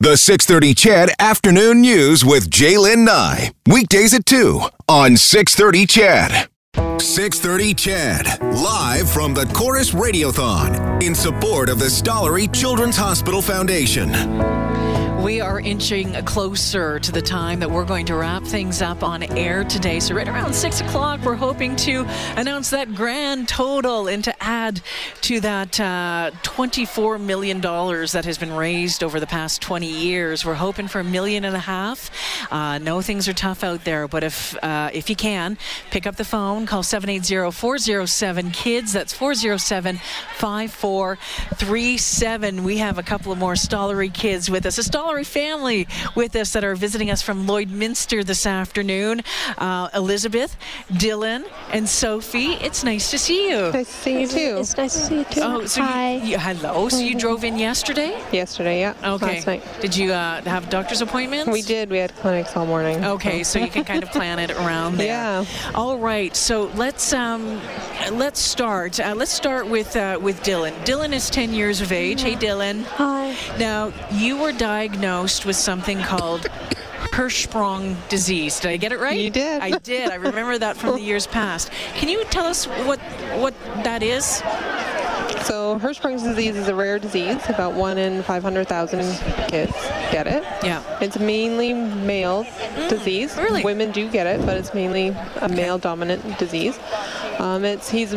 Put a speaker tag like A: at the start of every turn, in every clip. A: The 630 Chad Afternoon News with Jaylen Nye. Weekdays at 2 on 630 Chad. 630 Chad, live from the Chorus Radiothon in support of the Stollery Children's Hospital Foundation.
B: We are inching closer to the time that we're going to wrap things up on air today. So, right around six o'clock, we're hoping to announce that grand total and to add to that uh, $24 million that has been raised over the past 20 years. We're hoping for a million and a half. Uh, no, things are tough out there, but if uh, if you can, pick up the phone, call 780 407 KIDS. That's 407 5437. We have a couple of more Stollery kids with us, a Stollery family with us that are visiting us from Lloydminster this afternoon. Uh, Elizabeth, Dylan, and Sophie, it's nice to see you.
C: Nice to see you too.
D: It's nice to see you too.
B: Oh, so you-
D: Hi.
B: you- hello. So you drove in yesterday?
C: Yesterday, yeah.
B: Okay.
C: Last night.
B: Did you uh, have doctor's appointments?
C: We did. We had clinics all morning.
B: Okay, so you can kind of plan it around there.
C: Yeah.
B: All right. So let's um, let's start. Uh, let's start with uh, with Dylan. Dylan is 10 years of age. Hey, Dylan.
D: Hi.
B: Now you were diagnosed with something called Hirschsprung disease. Did I get it right?
C: You did.
B: I did. I remember that from the years past. Can you tell us what what that is?
C: So Hirschsprung's disease is a rare disease. About one in 500,000 kids get it.
B: Yeah. Mm,
C: It's mainly male disease.
B: really?
C: Women do get it, but it's mainly a male-dominant disease. Um, it's he's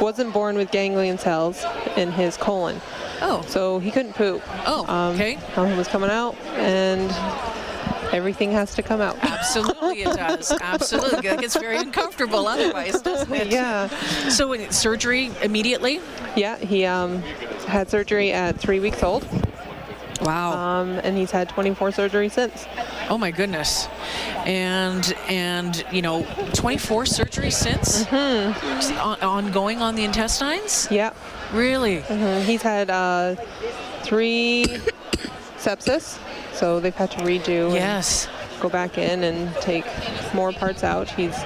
C: wasn't born with ganglion cells in his colon,
B: Oh.
C: so he couldn't poop.
B: Oh, okay.
C: um, It was coming out, and everything has to come out.
B: Absolutely, it does. Absolutely, it gets very uncomfortable otherwise, doesn't it?
C: yeah.
B: So, in surgery immediately.
C: Yeah, he um, had surgery at three weeks old,
B: Wow.
C: um, and he's had 24 surgeries since.
B: Oh my goodness. And and you know, 24 surgeries since on, ongoing on the intestines. Mm-hmm.
C: Yeah,
B: Really?
C: mhm, he's had uh, three sepsis, so they've had to redo
B: Yes.
C: and go back in and take more parts out. He's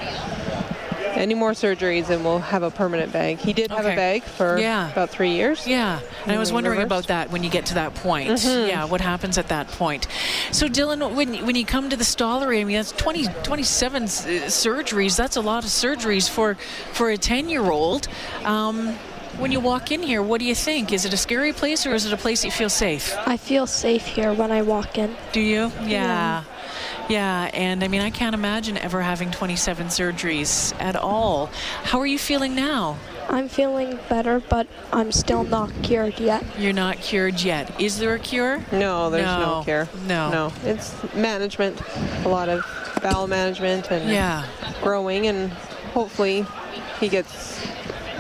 C: any more surgeries and we'll have a permanent bag. He did have
B: Okay.
C: a bag for
B: Yeah.
C: about three years.
B: Yeah. And I was
C: Mm,
B: wondering
C: reversed.
B: about that when you get to that point. Yeah. What happens at that point? So Dylan, when when you come to the stollery, I mean, that's 20 27 s- uh, surgeries. That's a lot of surgeries for for a 10 year old. Um, when you walk in here, what do you think? Is it a scary place or is it a place you feel safe?
D: I feel safe here when I walk in.
B: Do you? Yeah. Yeah, and I mean, I can't imagine ever having 27 surgeries at all. How are you feeling now?
D: I'm feeling better, but I'm still not cured yet.
B: You're not cured yet. Is there a cure?
C: No, there's no,
B: No,
C: care.
B: no.
C: No. It's management, a lot of bowel management and
B: Yeah.
C: growing and hopefully he gets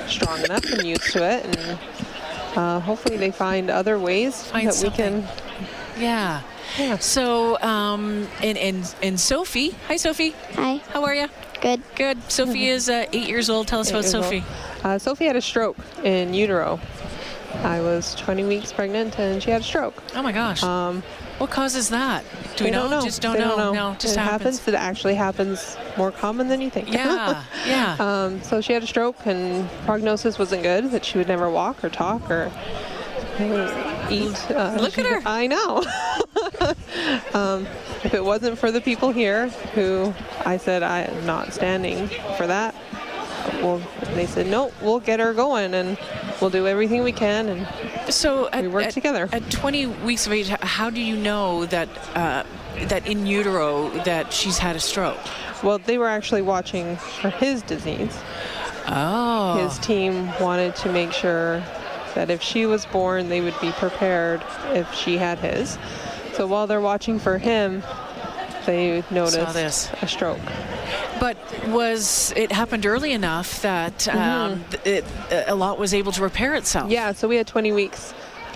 C: strong enough and used to it and uh, hopefully they find other ways
B: Find
C: that we
B: something.
C: can
B: Yeah.
C: Yeah.
B: So, um, and, and, and Sophie. Hi, Sophie.
E: Hi,
B: How are you?
E: good.
B: Good. Sophie is uh, eight years old. Tell us about
C: as well.
B: Sophie.
C: Uh, Sophie had a stroke in utero. I was 20 weeks pregnant and she had a stroke.
B: Oh my gosh.
C: Um,
B: what causes that? Do
C: they
B: we know? Just don't
C: They
B: know. No, just
C: it It actually happens more common than you think.
B: Yeah. Yeah.
C: Um, so she had a stroke, and prognosis wasn't good that she would never walk or talk or uh, eat. Uh,
B: Look at
C: she-
B: her.
C: I know. um, if it wasn't for the people here who I said I am not standing for that, well, they said no. We'll get her going, and we'll do everything we can. And
B: So at,
C: We work
B: at-
C: together.
B: At 20 weeks of age, h- how do you know that uh, that in utero that she's had a stroke?
C: well, they were actually watching for his disease.
B: Oh,
C: his team wanted to make sure that if she was born, they would be prepared if she had his. So while they're watching for him, they noticed
B: this.
C: a stroke.
B: but was it happened early enough that um, th- it, a lot was able to repair itself?
C: Mm-hmm. Yeah, so we had 20 weeks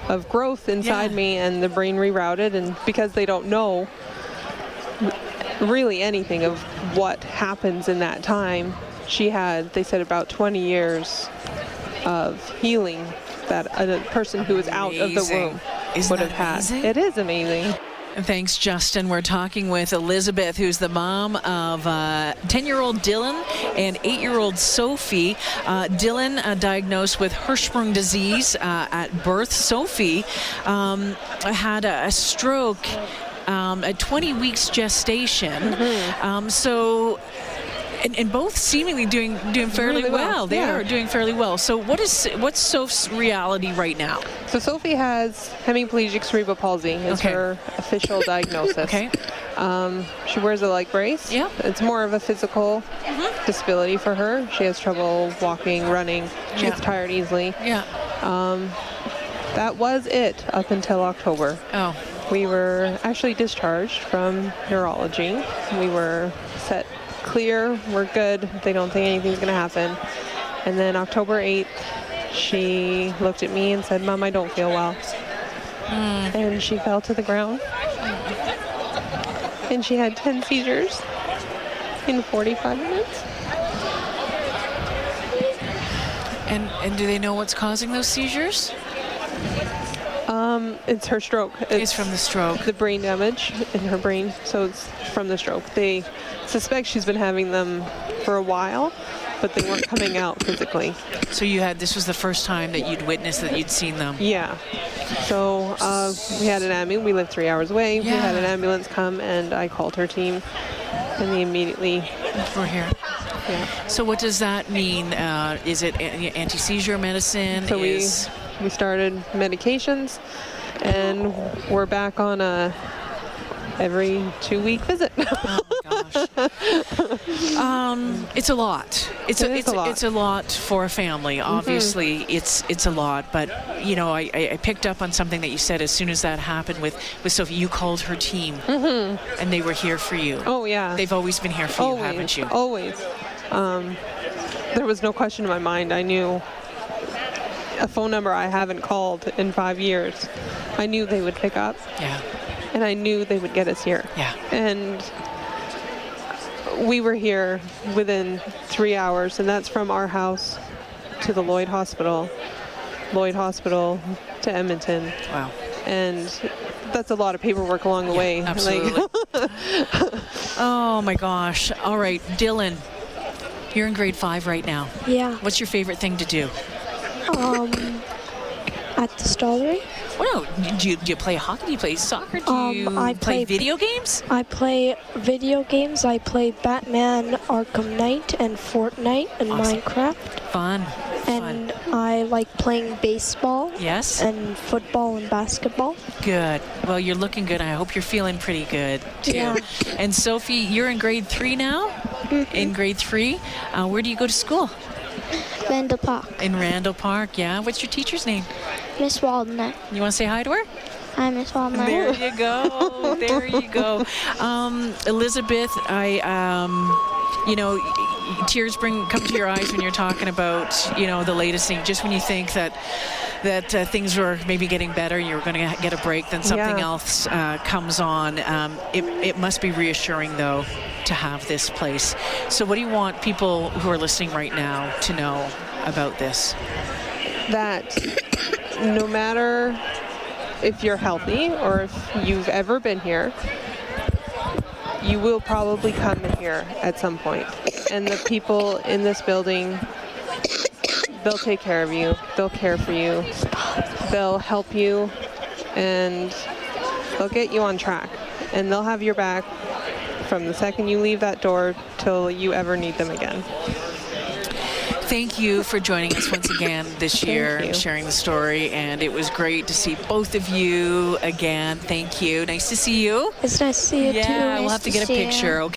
C: of growth inside
B: Yeah.
C: me, and the brain rerouted, and because they don't know really anything of what happens in that time, she had, they said, about 20 years of healing that a person who was out of the
B: Amazing.
C: womb
B: Isn't
C: would
B: that
C: have had.
B: amazing?
C: It is amazing.
B: Thanks, Justin. We're talking with Elizabeth, who's the mom of uh, 10-year-old Dylan and 8-year-old Sophie. Uh, Dylan uh, diagnosed with Hirschsprung disease uh, at birth. Sophie um, had a, a stroke um, at 20 weeks gestation.
C: Mm-hmm.
B: Um, so. And, and both seemingly doing doing fairly
C: Really well,
B: well. They
C: yeah.
B: are doing fairly well. So what is what's Soph's reality right now?
C: So Sophie has hemiplegic cerebral palsy. Is
B: Okay.
C: her official diagnosis.
B: Okay.
C: Um, she wears a leg brace.
B: Yeah.
C: It's more of a physical Mm-hmm. disability for her. She has trouble walking, running. She gets
B: Yeah.
C: tired easily.
B: Yeah.
C: That was it up until October.
B: Oh.
C: We were actually discharged from neurology. We were set clear, we're good, they don't think anything's gonna happen. And then October 8th, she looked at me and said, Mom, I don't feel well. And she fell to the ground. And she had 10 seizures in 45 minutes.
B: And and do they know what's causing those seizures?
C: It's her stroke.
B: It's from the stroke.
C: the brain damage in her brain, so it's from the stroke. They suspect she's been having them for a while, but they weren't coming out physically.
B: So you had this was the first time that you'd witnessed that you'd seen them.
C: Yeah. So uh, we had an ambulance. We lived three hours away. We had an
B: Yeah.
C: ambulance come, and I called her team, and they immediately.
B: We're here.
C: Yeah.
B: So what does that mean? Uh, is it an- anti-seizure medicine?
C: So we
B: is
C: we started medications, and we're back on a every two week visit.
B: oh um, it's a lot. It's
C: It
B: a,
C: is
B: it's
C: a lot. Mm-hmm.
B: it's a lot for a family. Obviously, it's it's a lot. But you know, I, I I picked up on something that you said as soon as that happened with with Sophie. You called her team, and they were here for you.
C: Mm-hmm. oh yeah.
B: They've always been here for
C: always, Oh.
B: you, haven't you?
C: Always. Um, there was no question in my mind. I knew a phone number I haven't called in five years. I knew they would pick up,
B: Yeah.
C: and I knew they would get us here.
B: Yeah.
C: And we were here within three hours, and that's from our house to the Lloyd Hospital, Lloyd Hospital to Edmonton,
B: Wow.
C: and that's a lot of paperwork along the way. Like,
B: Absolutely. oh my gosh. All right, Dylan, you're in grade five right now.
D: Yeah.
B: What's your favorite thing to do?
D: Um, at the stollery,
B: Well, no, do you, do you play hockey? Do you play soccer? Do
D: Um,
B: you
D: I
B: play
D: play-
B: video games?
D: I play video games. I play Batman Arkham Knight and Fortnite and
B: Awesome.
D: Minecraft.
B: Fun. Fun.
D: And I like playing baseball
B: Yes?
D: and football and basketball.
B: Good. Well, you're looking good. I hope you're feeling pretty good too.
D: Yeah. Mm-hmm.
B: And Sophie, you're in grade three now. In grade three, uh, where do you go to school?
E: Randall Park.
B: In Randall Park. Yeah. What's your teacher's name?
E: Miss Walnut.
B: You want to say hi to her?
E: Hi, Miss Walnut.
B: There you go. There you go. Um, Elizabeth, I, um, you know, y- y- tears bring come to your eyes when you're talking about, you know, the latest thing. Just when you think that that uh, things were maybe getting better, you were going to get a break, then something
C: Yeah.
B: else uh, comes on. Um, it, it must be reassuring though to have this place. So, what do you want people who are listening right now to know about this?
C: that no matter if you're healthy or if you've ever been here, you will probably come here at some point. And the people in this building, they'll take care of you, they'll care for you, they'll help you, and they'll get you on track. And they'll have your back from the second you leave that door till you ever need them again.
B: Thank you for joining us once again this year
C: you.
B: and sharing the story. And it was great to see both of you again. Thank you. Nice to see you.
D: It's nice to see you too.
B: yeah, we'll
E: nice
B: have to
E: to
B: get a
E: see you.
B: picture. Okay.